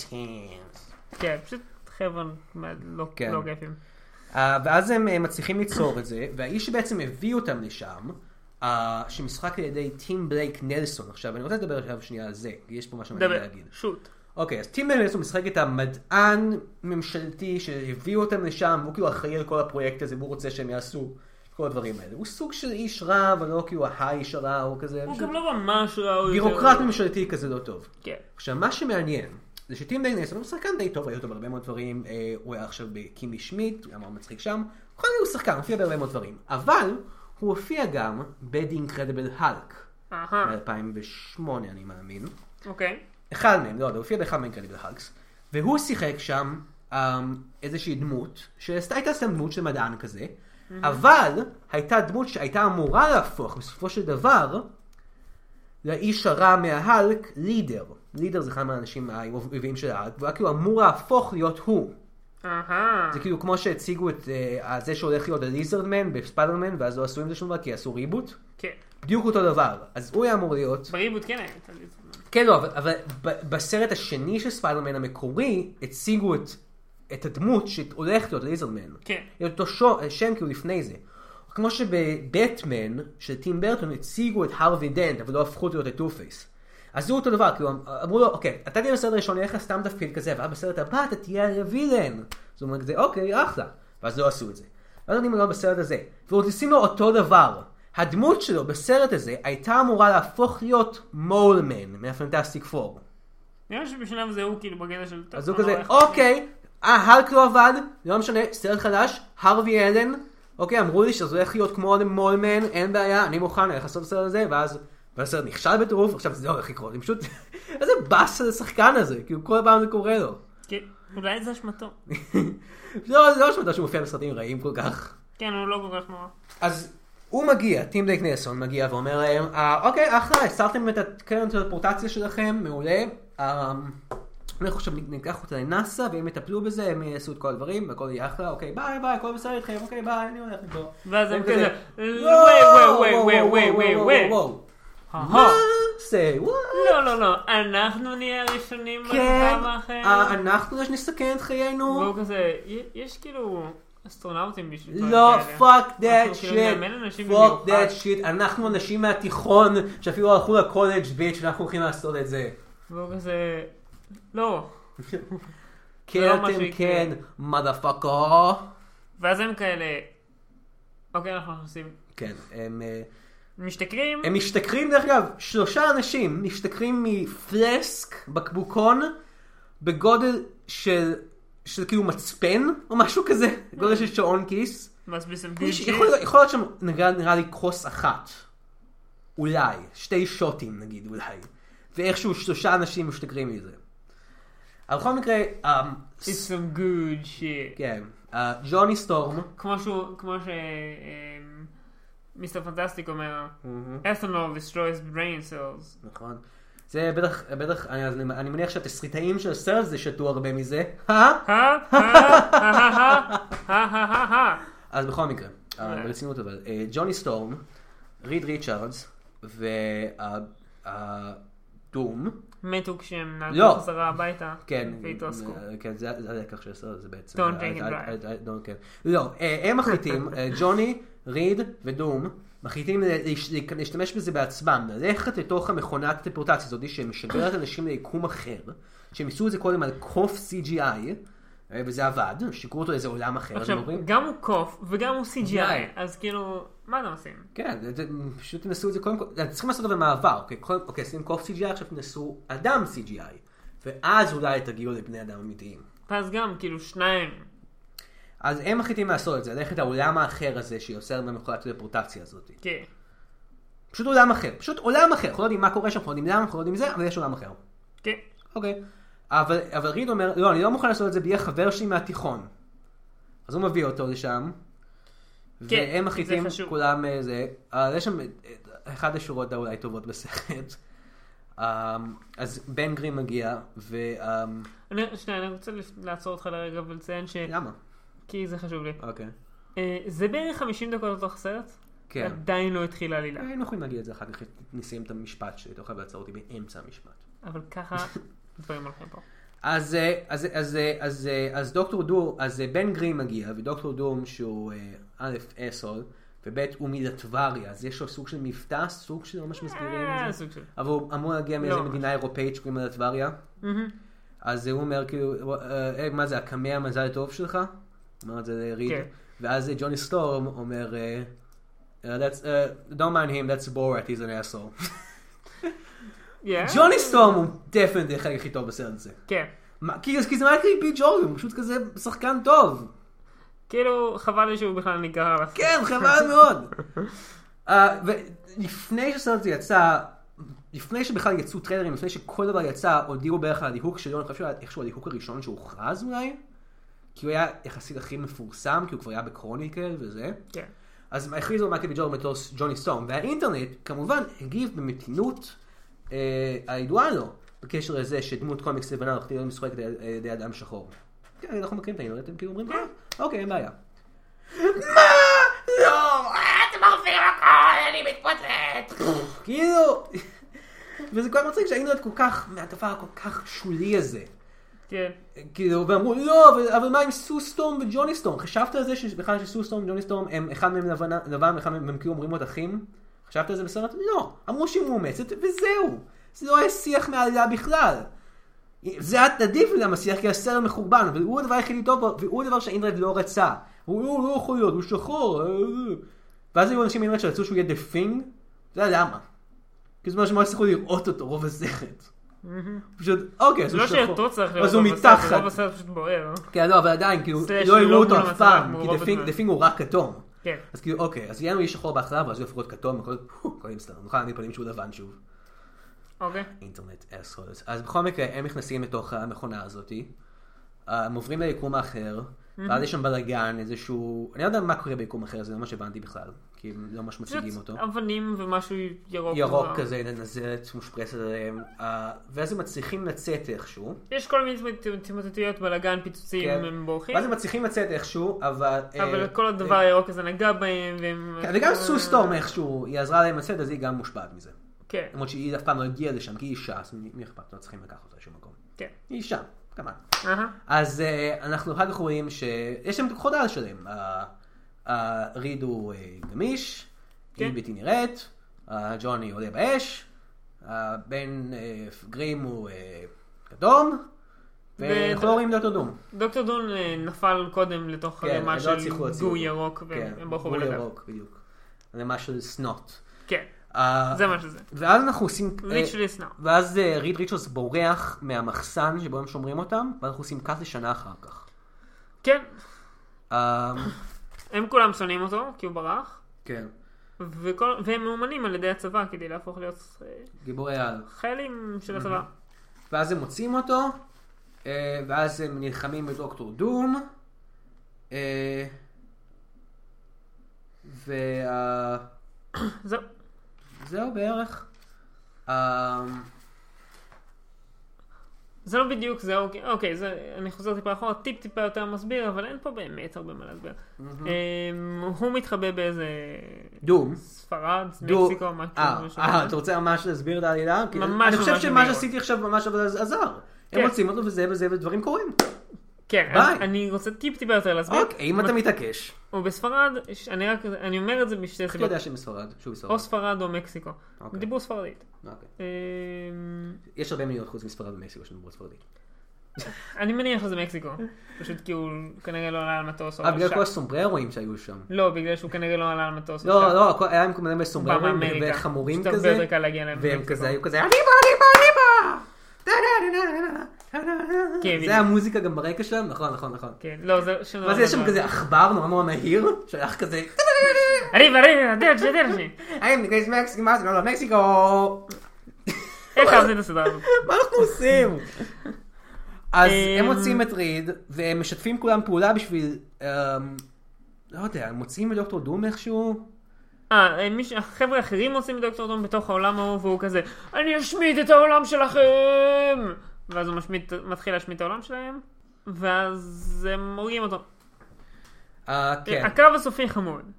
אסקינס. כן, פשוט חבר'ה מה- לא אה. כן. לא כיפים. אה, ואז הם אה, מצליחים ליצור את זה, והאיש שבעצם הביא אותם לשם, אה, שמשחק על ידי טים בלייק נלסון. עכשיו, אני רוצה לדבר עכשיו שנייה על זה, כי יש פה משהו מעניין דבר, להגיד. שוט. אוקיי, אז טים בלייק נלסון משחק את המדען ממשלתי שהביא אותם לשם, והוא כאילו אחראי על כל הפרויקט הזה, והוא רוצה שהם יעשו את כל הדברים האלה. הוא סוג של איש רע, אבל לא כאילו ההאיש הרע, הוא כזה... הוא גם לא ממש רע, הוא יותר- בירוקרט ממשלתי כזה לא טוב. כן. עכשיו, מה שמעניין, זה שטים דייניס הוא שחקן די טוב, היה אותו בהרבה מאוד דברים, אה, הוא היה עכשיו בקימי שמיט, הוא היה מאוד מצחיק שם, בכל זאת הוא שחקן, הוא הופיע בהרבה מאוד דברים, אבל הוא הופיע גם ב-The Incredible Hulk, אהה, אה. מ-2008 אני מאמין, אוקיי. אחד מהם, לא, הוא הופיע באחד מה-Incredible Hulks, והוא שיחק שם um, איזושהי דמות, שהייתה סתם דמות של מדען כזה, אבל הייתה דמות שהייתה אמורה להפוך בסופו של דבר לאיש הרע מההלק, לידר. לידר זה אחד מהאנשים האויבים של ההלק, והוא היה כאילו אמור להפוך להיות הוא. אהה. זה כאילו כמו שהציגו את אה, זה שהולך להיות הליזרדמן בספיידרמן, ואז לא עשו עם זה שום דבר כי עשו ריבוט. כן. בדיוק אותו דבר. אז הוא היה אמור להיות בריבוט כן היה את הליזרמן. כן, לא, אבל, אבל ב- בסרט השני של ספיידרמן המקורי, הציגו את, את הדמות שהולכת להיות ליזרמן. כן. את אותו שו, שם כאילו לפני זה. כמו שבבטמן של טים ברטון הציגו את הרווי דנט, אבל לא הפכו אותו להיות את טו פייס. אז זה אותו דבר, כאילו אמרו לו, אוקיי, אתה תהיה בסרט הראשון, יהיה לך סתם תפקיד כזה, ואז בסרט הבא אתה תהיה הווילן. אז הוא אומר כזה, אוקיי, אחלה. ואז לא עשו את זה. ואז נותנים לו לא בסרט הזה. ועוד עושים לו אותו דבר. הדמות שלו בסרט הזה הייתה אמורה להפוך להיות מולמן מהפנטסטיק פור. נראה לי שבשלב הזה הוא כאילו בגדר של... אז הוא טוב, כזה, לא, איך- אוקיי, אה, האלק לא עבד, לא משנה, סרט חדש, הרווי אלן, אוקיי, אמרו לי שזה הולך להיות כמו מולמן, אין בעיה, אני מוכן, אני הולך לעשות סרט הזה, ואז... והסרט נכשל בטירוף, עכשיו זה לא הולך לקרות, אני פשוט... [LAUGHS] איזה באסה לשחקן הזה, כאילו כל פעם זה קורה לו. [LAUGHS] כן, אולי זה אשמתו. לא, זה לא אשמתו שהוא מופיע בסרטים רעים כל כך. כן, הוא לא כל כך נורא. אז הוא מגיע, טים דייק נסון מגיע ואומר להם, "אה, אוקיי, אחלה, הסרתם את הקרן הטלפורטציה שלכם, מעולה. אה, אני חושב ניקח אותה לנאסא, והם יטפלו בזה, הם יעשו את כל הדברים, והכל יהיה אחלה, אוקיי, ביי, ביי, הכל בסדר איתכם, אוקיי, ביי, אני הולך מפה. ואז הם כזה, "וואו, "וואו, וואו, וואו, וואו, וואו, וואו, וואו." וואו." אהה. מה? say what? לא, לא, לא, אנחנו נהיה הראשונים כן, בקרב האחר. אה, אנחנו זה שנסכן את חיינו. והוא לא כזה, "י- יש כאילו אסטרונאוטים בשביל דברים לא, כאלה." fuck that אנחנו כאילו נאמן shit, אנשים fuck במיוחד. that shit, אנחנו אנשים מהתיכון שאפילו הלכו לקולג' ביץ', אנחנו הולכים לעשות את זה. והוא כזה, לא. כן לא מה אתם שיקרה. כן, מדה פאקו. ואז הם כאלה, אוקיי, אנחנו נכנסים. כן, הם, אה, משתכרים, הם משתכרים דרך אגב, שלושה אנשים משתכרים מפלסק, בקבוקון, בגודל של, של כאילו מצפן או משהו כזה, גודל של שעון כיס. מסביסים יש- גילצ'י. יכול להיות- יכול להיות שם נראה נראה לי כוס אחת, אולי, שתי שוטים נגיד אולי, ואיכשהו שלושה אנשים משתכרים מזה. אבל בכל מקרה, אה, It's some good shit. כן, אה, ג'וני סטורם, כמו שהוא, כמו ש... אמ, מיסטר פנטסטיק אומר, ethanol destroys brain cells. נכון, זה בטח, בטח, אני, אז אני- אני מניח שהתסריטאים של הסרט הזה שתו הרבה מזה, אה? הא? הא? הא? הא? הא? הא? הא? אז בכל מקרה, אה, אה. ברצינות אבל, אה, ג'וני סטורם, ריד ריצ'רדס, ודום, מתו כשהם לא. נעלו חזרה הביתה. כן, והתרסקו. אה, כן, זה זה הלקח של הסרט הזה בעצם. Don't drink and אה, drive. אה, אה, אה, don't, כן. לא, אה, הם מחליטים, אה, ג'וני, ריד ודום, מחליטים ל- להש- להשתמש בזה בעצמם, ללכת לתוך המכונת הטלפורטציה הזאת שמשגרת אנשים ליקום אחר, שהם ניסו את זה קודם על קוף CGI, אה, וזה עבד, שיקרו אותו לאיזה עולם אחר. אז הם עכשיו, אומרים, גם הוא קוף וגם הוא די. CGI, אז כאילו, מה אתם עושים? כן, זה- זה- פשוט תנסו את זה קודם כל, אתם צריכים לעשות אבל מעבר, אוקיי, קודם- אוקיי, עשיתם קוף CGI, עכשיו תנסו אדם CGI, ואז אולי תגיעו לבני אדם אמיתיים. ואז גם, כאילו, שניים. אז הם מחליטים לעשות את זה, ללכת לעולם האחר הזה שיוצר במכולת הטלפורטציה הזאת. כן. פשוט עולם אחר, פשוט עולם אחר, אנחנו לא יודעים מה קורה שם, אנחנו לא יודעים למה, אנחנו לא יודעים זה, אבל יש עולם אחר. כן. אוקיי. אבל, אבל ריד אומר, לא, אני לא מוכן לעשות את זה בלי החבר שלי מהתיכון. אז הוא מביא אותו לשם, כן, והם מחליטים, זה חשוב. כולם אה, זה, אה, יש שם אה, אה, אחת השורות האולי טובות בסרט. אה, אז בן גרין מגיע, ו... אה, אני- שנייה, אני רוצה לפ- לעצור אותך לרגע ולציין ש... למה? כי זה חשוב לי. אוקיי. אה, זה בערך 50 דקות לתוך הסרט. כן. עדיין לא התחילה עלילה. היינו יכולים להגיד את זה אחר כך, נסיים את המשפט שלי, אתה יכול לעצור אותי באמצע המשפט. אבל [LAUGHS] ככה דברים הולכים פה. אז, אה, אז, אז, אה, אז, אה, אז דוקטור דור, אז אה, בן גרין מגיע, ודוקטור דום שהוא אה, א', אסול, וב' הוא מלטבריה, אז יש לו סוג של מבטא, סוג של לא ממש מסבירים אה, את זה. סוג של... אבל הוא אמור להגיע מאיזו ממש. מדינה אירופאית שקוראים לה לטבריה, אז הוא אומר כאילו, אה, אה, מה זה, הקמע המזל טוב שלך? הוא אומר את זה לריד, כן. ואז אה, ג'וני סטורם אומר, אה, אה, that's, אה, don't mind him, that's Borat, he's an asshole. כן. ג'וני סטורם הוא definitely החלק הכי טוב בסרט הזה. כן. מה, כי, כי זה היה קריפי ג'ורגן, הוא פשוט כזה שחקן טוב. כאילו, חבל לי שהוא בכלל ניקר על הסרט. כן, חבל מאוד. uh, ולפני שהסרט הזה יצא, לפני שבכלל יצאו טריילרים, לפני שכל דבר יצא, הודיעו בערך על הליהוק שלו, אני חושב שהוא היה איכשהו הליהוק הראשון שהוכרז אולי, כי הוא היה יחסית הכי מפורסם, כי הוא כבר היה בקרוניקל וזה. כן. אז הכריזו על מייקל בי ג'ורגן בתור ג'וני סטום, והאינטרנט כמובן הגיב במתינות אה, הידועה לו בקשר לזה שדמות קומיקס לבנה הולכת להיות משחקת על על ידי אדם שחור. כן, אנחנו מכירים את האינטרנט, הם כאילו אומרים, "אה, אוקיי, אין בעיה. מה? לא! אתם עורפים הכל, אני מתפוצץ! כאילו... וזה כל כך מצחיק שהאינטרנט כל כך, מהדבר הכל כך שולי הזה. כן. כאילו, ואמרו, לא, אבל, אבל מה עם סו סטורם וג'וני סטורם? חשבת על זה שבכלל שסו סטורם וג'וני סטורם הם אחד מהם לבן, לבן ואחד מהם הם כאילו אמורים להיות אחים? חשבת על זה בסרט? לא. אמרו שהיא מאומצת, וזהו. זה לא היה שיח מעלילה בכלל. זה היה עדיף למה שיח, כי הסרט מחורבן, אבל הוא הדבר היחידי טוב, בו, והוא הדבר שהאינטרנט לא רצה. הוא לא, לא יכול להיות, הוא שחור. אה, אה. ואז היו אנשים באינטרנט שרצו שהוא יהיה דה פינג, זה היה למה. כי זה מה שהם לא הצליחו לראות אותו רוב הסרט. פשוט, אוקיי, אז הוא לא שחור. שאותו צריך לראות, אז הוא אבל בסרט, מתחת. רוב הסרט פשוט בוער. כן, לא, אבל עדיין, כאילו, סלאש לא הראו לא אותו מול אף המצלמה פעם, כמו כי רוב דה פינג- הזמן. דה פינג הוא רק אדום. כן. אז כאילו, אוקיי, אז יהיה לנו איש שחור בהתחלה, ואז הוא יהפוך להיות כתום, הכל הכל אינסטר, נוכל להעמיד פנים שהוא לבן שוב. אוקיי. אינטרנט אסולס. אז בכל מקרה, הם נכנסים לתוך המכונה הזאתי, אה, הם עוברים ליקום האחר, ואז יש שם בלאגן, איזשהו... אני לא יודע מה קורה ביקום אחר, זה לא מה שהבנתי בכלל, כי הם לא ממש מציגים אותו. אבנים ומשהו ירוק. ירוק כזה. כזה, ננזלת, מושפרסת עליהם, אה, ואז הם מצליחים לצאת איכשהו. יש כל מיני התמוטטויות, בלאגן, פיצוצים, כן. הם בורחים. ואז הם מצליחים לצאת איכשהו, אבל... אה, אבל כל הדבר הירוק הזה נגע בהם, והם... אה, כן, וגם סו סטורם איכשהו, היא עזרה להם לצאת, אז היא גם מושפעת מזה. כן, למרות שהיא אף פעם לא הגיעה לשם, כי היא אישה, אז מי מי אכפת? לא צריכים לקחת אותה לשום מקום. כן. היא אישה, כמה. אהה. אז אה, אנחנו אחר כך רואים שיש שם את הכוחות העל שלהם. ה- הריד הוא אה, גמיש, כן. היא בלתי נראית, אה, ג'וני עולה באש, הבן אה, גרים הוא אה, אדום, ואנחנו לא רואים דקטור דום. דוקטור דון אה, נפל קודם לתוך כן, הרמה אז לא הצליחו של להוציא גו אותו. ירוק, כן, והם ברחו גור בלאגן. ירוק, בדיוק. למה של סנוט. כן, אה, זה מה שזה. ואז אנחנו עושים... אה, ליטרלי סנאפ. ואז אה, ריד ריצ'רס בורח מהמחסן שבו הם שומרים אותם, ואנחנו עושים קאט לשנה אחר כך. כן, [LAUGHS] אה, הם כולם שונאים אותו, כי הוא ברח, כן. וכל- והם מאומנים על ידי הצבא כדי להפוך להיות אה, גיבורי על. חיילים של הצבא. ואז הם מוצאים אותו, אה, ואז הם נלחמים בדוקטור דום, אה, וה... זהו. זהו בערך. אה, זה לא בדיוק זה, אוקיי, אוקיי זה, אני חוזר טיפה אחורה, טיפ טיפה יותר מסביר, אבל אין פה באמת הרבה מה להסביר. אה, הוא מתחבא באיזה דום. ספרד, דו- מקסיקו, משהו. אה, משהו אה, כזה. אתה רוצה ממש להסביר את העלילה? כי ממש אני חושב ממש שמה במהירות. שעשיתי עכשיו ממש אבל עזר. הם כן. מוצאים אותו וזה וזה ודברים קורים. כן, ביי. אני- אני רוצה טיפ טיפה יותר להסביר. אוקיי, אם אתה מתעקש. הוא בספרד, ש- אני רק, אני אומר את זה בשתי איך אתה סיבות, יודע שהם מספרד? שהוא מספרד. או ספרד או מקסיקו. אוקיי. דיבור ספרדית. אמ, אוקיי. אה, יש הרבה מדינות חוץ מספרד ומקסיקו שמדברות ספרדית. אני מניח שזה מקסיקו, פשוט כי הוא כנראה לא עלה על מטוס או אה, בגלל שם. כל הסומבררואים שהיו שם. לא, בגלל שהוא כנראה לא עלה על מטוס. או לא, שם. לא, הכל- היה עם כל מיני סומבררואים באמריקה. וחמורים פשוט הרבה יותר כזה, קל להגיע להם והם למקסיקו. כזה היו כזה, אני בא, אני בא, כן, אני בא. בדיוק. זה המוזיקה גם ברקע שלהם, נכון, נכון, נכון. כן, לא, זה שלא... ואז יש שם כזה עכבר נורא נורא מהיר, שהלך כזה, ריבה, ריבה, דרצ'ה, דרצ'ה. I'm the greatest Mexican master of Mexico. איך אהבתי את הסדרה הזאת? מה אנחנו עושים? אה, אז אמ, הם מוצאים את ריד, והם משתפים כולם פעולה בשביל, אמ, לא יודע, הם מוצאים את דוקטור דום איכשהו? אה, מישהו- החבר'ה האחרים עושים את דוקטור דום בתוך העולם ההוא, והוא כזה, אני אשמיד את העולם שלכם! ואז הוא משמיד, מתחיל להשמיד את העולם שלהם, ואז הם הורגים אותו. אה, כן. הקרב הסופי חמוד.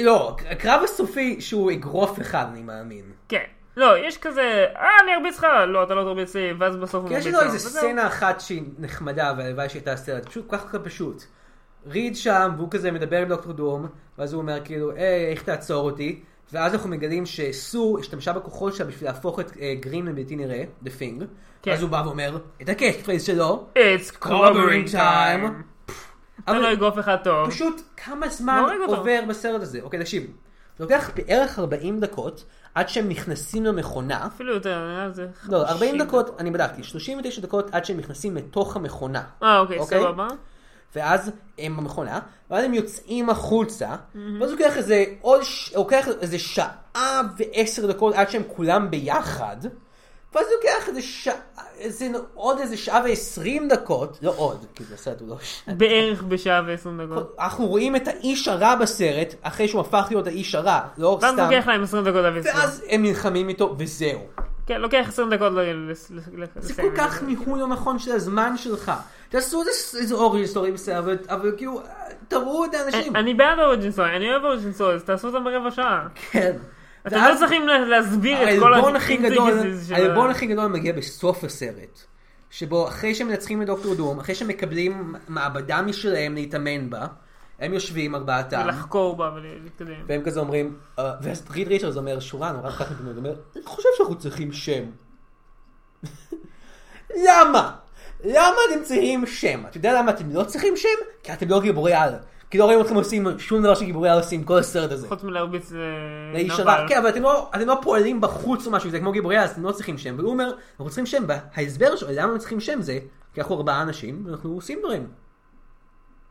לא, הקרב הסופי שהוא אגרוף אחד, אני מאמין. כן. לא, יש כזה, אה, אני ארביץ לך! לא, אתה לא תרביץ לי, ואז בסוף הוא כי מרביץ יש לו. לו איזה וזהו. סצנה אחת שהיא נחמדה, והלוואי שהייתה סצנה, זה פשוט כל כך פשוט. ריד שם, והוא כזה מדבר עם דוקטור דום, ואז הוא אומר כאילו, היי, איך תעצור אותי? ואז אנחנו מגלים שסו השתמשה בכוחות שלה בשביל להפוך את אה, גרין לבלתי נראה, The Thing. כן. אז הוא בא ואומר, את הקאץ' פרייז שלו. It's clobbering Clobbering time. time. זה לא אבל אגרוף אחד טוב. פשוט כמה זמן לא רואים אותו. עובר בסרט הזה. אוקיי, תקשיב. לוקח בערך 40 דקות עד שהם נכנסים למכונה. אפילו יותר, אני יודע, זה... לא, 40 50. דקות, אני בדקתי, 39 דקות עד שהם נכנסים לתוך המכונה. אה, אוקיי, אוקיי? סבבה. ואז הם במכונה, ואז הם יוצאים החוצה, ואז לוקח איזה עוד, ש- לוקח איזה שעה ועשר דקות עד שהם כולם ביחד, ואז לוקח איזה שעה, איזה, עוד איזה שעה ועשרים דקות, לא עוד, כי בסרט הוא לא... ש- בערך בשעה ועשרים דקות. אנחנו רואים את האיש הרע בסרט, אחרי שהוא הפך להיות האיש הרע, לא ואז סתם, לוקח להם עשרים דקות להביא סרט. ואז הם נלחמים איתו, וזהו. כן, לוקח עשרים דקות ל- ל- ל- לסיים. אה, זה כל כך ניהול לא נכון של הזמן שלך. תעשו איזה- איזה אוריג'ן סטורי בסדר, אבל- אבל כאילו, תראו את האנשים. אני בעד אוריג'ין סטורי, אני אוהב אוריג'ין סטורי, אז תעשו אותם ברבע שעה. כן. אתם לא ואז צריכים לה- להסביר את כל העלבון הכי גדול, ה-intricacies של ה- העלבון הכי גדול מגיע בסוף הסרט. שבו אחרי שהם מנצחים את דוקטור דום, אחרי שהם מקבלים מעבדה משלהם להתאמן בה, הם יושבים ארבעתם, לחקור בה ולהתקדם. והם כזה אומרים, אה, ואז ריד ריצ'רס אומר שורה נורא חכת מפני, הוא אומר, אני חושב שאנחנו צריכים שם. למה? למה אתם צריכים שם? אתה יודע למה אתם לא צריכים שם? כי אתם לא גיבורי על. כי לא רואים אתכם עושים שום דבר שגיבורי על עושים כל הסרט הזה. חוץ מלהרביץ אה, לאיש לנבל. הרע, כן, אבל אתם לא, אתם לא פועלים בחוץ או משהו, זה כמו גיבורי אז אתם לא צריכים שם. והוא אומר, אנחנו צריכים שם, וההסבר שלו למה הם צריכים שם זה, כי אנחנו ארבעה אנשים, ואנחנו עושים דברים.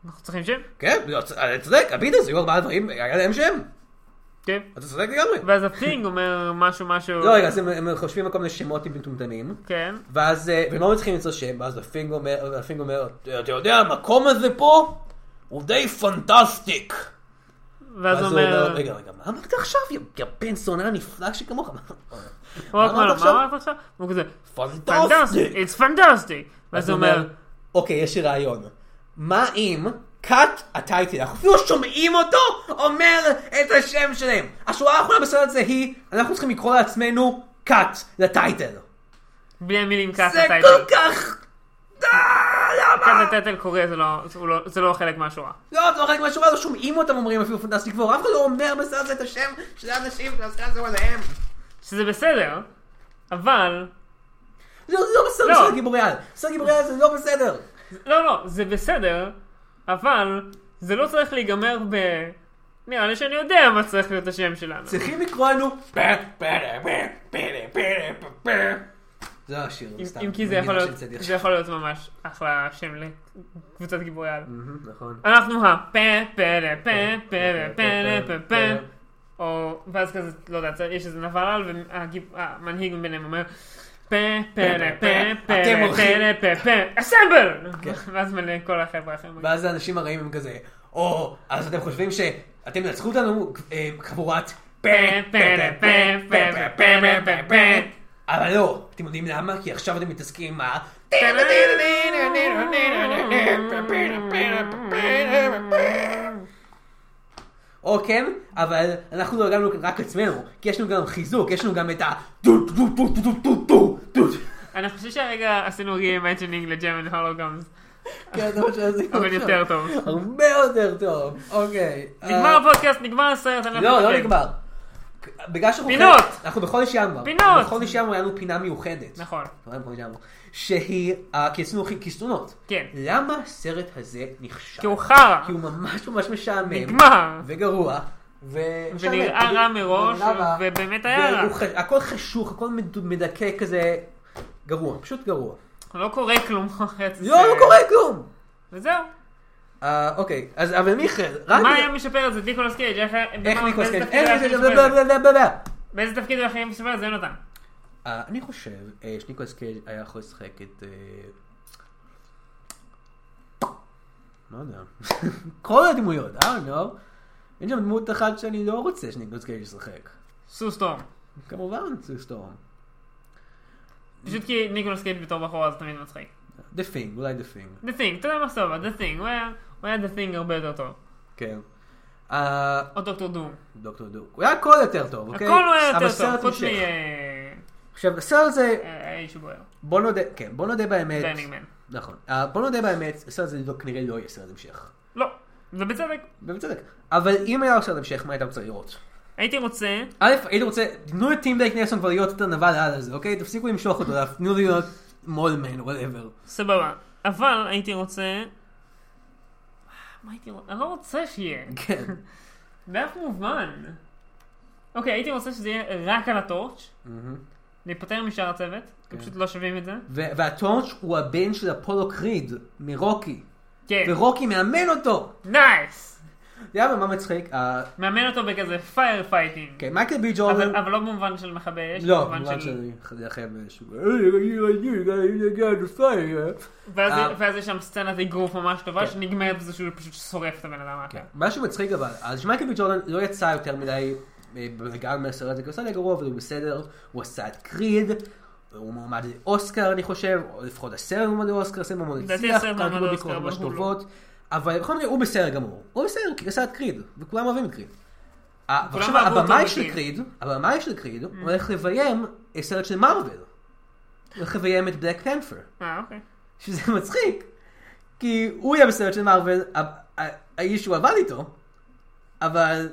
אנחנו צריכים שם? כן, לא, צ- אני צודק, הביטלס היו ארבעה דברים, היה להם שם. כן. אתה צודק לגמרי. ואז הפינג אומר משהו משהו. לא, רגע, אז הם- הם חושבים על כל מיני שמות מטומטמים. כן. ואז, אה, והם לא מצליחים למצוא שם, ואז הפינג אומר, הפינג אומר, אתה יודע, המקום הזה פה הוא די פנטסטיק. ואז הוא אומר... רגע, רגע, מה אמרת עכשיו, יא- יא בן זונה נפלא שכמוך? [LAUGHS] הוא מה רק אמרת אומר, מה עכשיו? אמרת עכשיו? והוא כזה, פנטסטיק. פנטסטיק, it's fantastic. ואז אז הוא הוא אומר, אוקיי, יש לי רעיון. מה אם קאט הטייטל, אנחנו אפילו לא שומעים אותו אומר את השם שלהם. השורה האחרונה בסרט זה היא, אנחנו צריכים לקרוא לעצמנו קאט לטייטל. בלי המילים ככה זה טייטל. כל כך... אה, למה? ככה טייטל קורה, כן, זה לא- זה לא- זה לא חלק מהשורה. לא, זה לא חלק מהשורה, לא שומעים אותם אומרים אפילו פנטסטיק פור, אף אחד לא אומר בסרט הזה את השם של האנשים שהסרט הזה הוא עליהם. שזה בסדר, אבל... זה לא בסדר לא. של גיבורי על, בסרט גיבורי על זה לא בסדר. לא, לא, זה בסדר, אבל זה לא צריך להיגמר ב... נראה לי שאני יודע מה צריך להיות השם שלנו. צריכים לקרוא לנו פה, פה, פה, פה, פה, פה, פה. זה השיר, סתם. אם כי זה מנגינה יכול להיות, שהמצאתי זה עכשיו. יכול להיות ממש אחלה שם לקבוצת גיבורי על. נכון. אנחנו ה... פה פה לה, פה כן, פה אוקיי, לה, פה לה, פה פה או, ואז כזה, לא יודע, צריך- יש איזה נבל, והמנהיג מביניהם אומר, פה, פה, לה, פה, פה, אתם לה, פה, הולכים. כן. לה, פה, פה, אסמבל! ואז מלא כל החבר'ה האחרים. ואז האנשים הרעים הם כזה, או, אז אתם חושבים שאתם תנצחו אותנו אה, חבורת פה, פה, פה, פה, פה, פה, פה, פה, פה. אבל לא, אתם יודעים למה? כי עכשיו אתם מתעסקים עם ה... או כן, אבל אנחנו לא הגענו רק עצמנו, כי יש לנו גם חיזוק, יש לנו גם את ה... דו דו דו דו דו דו דו אני חושב שהרגע עשינו re-imagining לג'רמן הולוגרמס. כן, זה מה שעשינו אבל עכשיו. יותר טוב. הרבה יותר טוב, אוקיי. נגמר הפודקאסט, נגמר הסרט, אנחנו... לא, לא כן. נגמר. בגלל שאנחנו... פינות! אנחנו בחודש ינואר. פינות! בחודש ינואר היה לנו פינה מיוחדת. נכון. לא היה בחודש ינואר. שהיא אה, כי עשינו הכי כיסונות. כן. למה הסרט הזה נכשל? כי הוא חרא. אה, כי הוא ממש ממש משעמם. נגמר. וגרוע. ו... ונראה משעמם. רע מראש, ונראה רע. ובאמת היה רע. והוא ח- הכל חשוך, הכל מד- מדכא כזה. גרוע, פשוט גרוע. לא קורה כלום אחרי הסרט. לא, לא קורה כלום! וזהו. אה, אוקיי, אז אבל מיכאל, רק... מה היה משפר את זה? ניקולס קייג' איך היה... איך כן? אה, במה- ניקולס באיזה קייג'? תפקיד הוא היה איך הכי ניקולס משפר את זה? קייג'? באיזה תפקיד הוא הכי משפר את זה? יונתן. אה, אני חושב אה, שניקולס קייג' היה יכול לשחק את... אה, לא יודע. [LAUGHS] כל הדמויות, I don't know. אין שם דמות אחת שאני לא רוצה שניקולס קייג' ישחק. סוס טוב. כמובן, סוסטורם. פשוט כי ניקולס קייג' בתור בחורה זה תמיד מצחיק. The thing, אולי The thing. The thing, אתה יודע מה סבבה, The thing, הוא היה- הוא היה The thing הרבה יותר טוב. כן. אה, או דוקטור דום. דוקטור דוק. הוא היה הכל יותר טוב, הכל אוקיי? הוא היה יותר אבל טוב, הסרט חוץ אה, המשך. מהאיש עכשיו, הסרט הזה, שבוער. בוא נודה, כן, בוא נודה באמת. Burning Man. נכון. אה, בוא נודה באמת, הסרט הזה לא- כנראה לא יהיה סרט המשך. לא, זה בצדק. ובצדק. אבל אם היה סרט המשך, מה היית רוצה לראות? הייתי רוצה, א', הייתי רוצה, תנו לטים בלייק נסון כבר להיות את הנבל על הזה, אוקיי? תפסיקו למשוך אותו, תנו לי להיות מולמן, וואטאבר. סבבה. אבל הייתי רוצה... מה הייתי רוצה? אני לא רוצה שיהיה. כן. באף מובן. אוקיי, הייתי רוצה שזה יהיה רק על הטורץ', להיפטר משאר הצוות, כן. הם פשוט לא שווים את זה. ו- והטורץ' הוא הבן של אפולו קריד, מרוקי. כן, ורוקי מאמן אותו! נייס! אתה יודע מה מצחיק? אה, מאמן אותו בכזה פייר פייטינג. כן, מייקל בי אבל ג'ורדן... אבל לא במובן של מכבי אש, לא, במובן במובן של... שאני חייב איזשהו... "Hey, you- you gotta- you gotta fire." ואז, אה. ואז יש שם סצנת אגרוף ממש טובה כן. שנגמרת בזה שהוא פשוט שורף את הבן אדם האחר. כן. משהו מצחיק אבל, אז שמייקל בי ג'ורדן לא יצא יותר מדי אה, בלגן מהסרט הזה, כי הוא עשה לי גרוע, אבל הוא בסדר, הוא עשה את קריד, הוא מועמד לאוסקר אני חושב, או לפחות הסרט מועמד לאוסקר, הסרט מועמד לדעתי להצליח, הסרט כמה מועמד קיבלו ביקורות ממש לאוסקר, אבל הוא לא. טובות, אבל בכל מקרה הוא בסדר גמור, הוא בסדר, כי הוא עשה את קריד, וכולם אוהבים את קריד. אה, ועכשיו אהבו אותו הבמאי בקריד. Mm. של קריד, הבמאי של קריד, הולך לביים סרט של מארוול, הולך לביים את בלק פנת'ר. אה, כן. אוקיי. שזה [LAUGHS] מצחיק, כי הוא יהיה בסרט של מארוול, ה- ה- האיש שהוא עבד איתו, אבל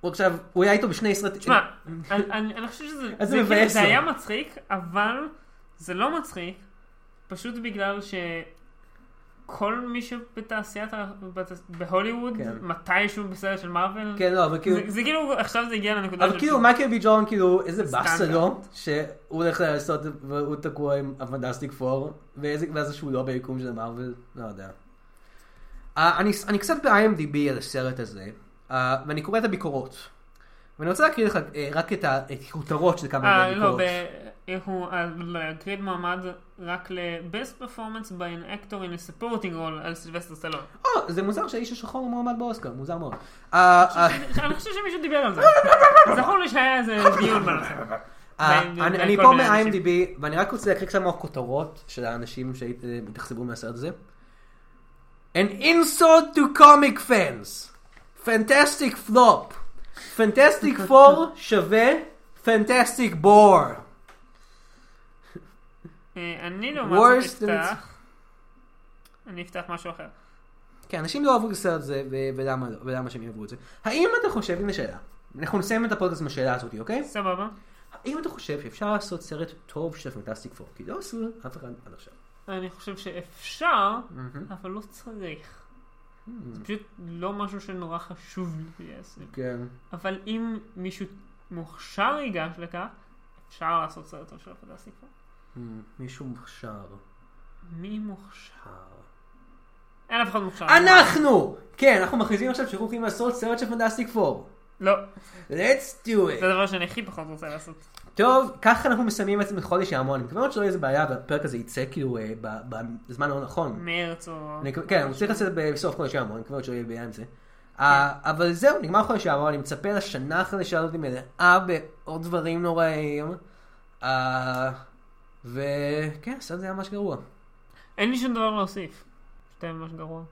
הוא עכשיו, הוא היה איתו בשני סרטים. תשמע, אני- אני אני חושב שזה... אז זה כאילו- מבאס זה לו. היה מצחיק, אבל זה לא מצחיק, פשוט בגלל שכל מי שבתעשיית, ה- בת- בהוליווד, כן. מתישהו בסרט של מארוול, כן, לא, אבל כאילו, זה- זה כאילו, עכשיו זה הגיע לנקודה אבל של- כאילו מייקל בי ג'ורן, כאילו, איזה באסה סטנדרט. לו, שהוא הולך לעשות, והוא תקוע עם הפנדסטיק פור, ואיזה- ואז שהוא לא ביקום של מארוול, לא יודע. אה, אני, אני קצת ב-IMDB על הסרט הזה, אה, ואני קורא את הביקורות. ואני רוצה להקריא לך אה, רק את ה- את הכותרות של כמה אה, לא, מהביקורות. ב- הוא אה, לא, הקריד מועמד רק ל-Best Performance by an actor in a supporting role על סילבסטר סלון. אה, זה מוזר שהאיש השחור מועמד באוסקר, מוזר מאוד. אה, אה, אני חושב שמישהו דיבר על זה. זכור לי שהיה איזה דיון בנושא. אה, בין- אני בין אני כל פה מיני אנשים. מ-IMDB, ואני רק רוצה להקריא כמה כותרות של האנשים שהתאכזבו מהסרט הזה. An insult to comic fans. Fantastic flop. Fantastic [LAUGHS] four שווה Fantastic bore. אה, אני Worse לעומת זאת than- אפתח. אני אפתח משהו אחר. כן, אנשים לא אהבו את הסרט הזה, ו- ולמה לא, ולמה שהם יאהבו את זה. האם אתה חושב, הנה שאלה, אנחנו נסיים את הפודקאסט עם השאלה הזאת, אוקיי? סבבה. האם אתה חושב שאפשר לעשות סרט טוב של פנטסטיק פור? כי לא עשו אף אחד עד עכשיו. אני חושב שאפשר, אבל לא צריך. זה פשוט לא משהו שנורא חשוב לי לעשות. כן. אבל אם מישהו מוכשר ייגש לכך, אפשר לעשות סרט טוב של הפנטסטיק פור. מישהו מוכשר. מי מוכשר? אין אף אחד מוכשר. אנחנו! כן, אנחנו מכריזים עכשיו שאנחנו הולכים לעשות סרט של פנטסטיק פור. לא, let's do זה it. הדבר שאני הכי פחות רוצה לעשות. טוב, ככה אנחנו מסיימים את חודש ההמון. אני מקווה מאוד שלא יהיה איזה בעיה והפרק הזה יצא כאילו אה, ב- בזמן הלא נכון. מרץ או... אני, מקווה- כן, הוא צריך לצאת בסוף חודש ינואר, אני מקווה שלא יהיה בעיה עם זה. אה, אבל זהו, נגמר חודש ינואר, אני מצפה לשנה החדשה הזאת מלאה בעוד דברים נוראים. אה, וכן, הסרט זה היה ממש גרוע. אין לי שום דבר להוסיף. פשוט היה ממש גרוע.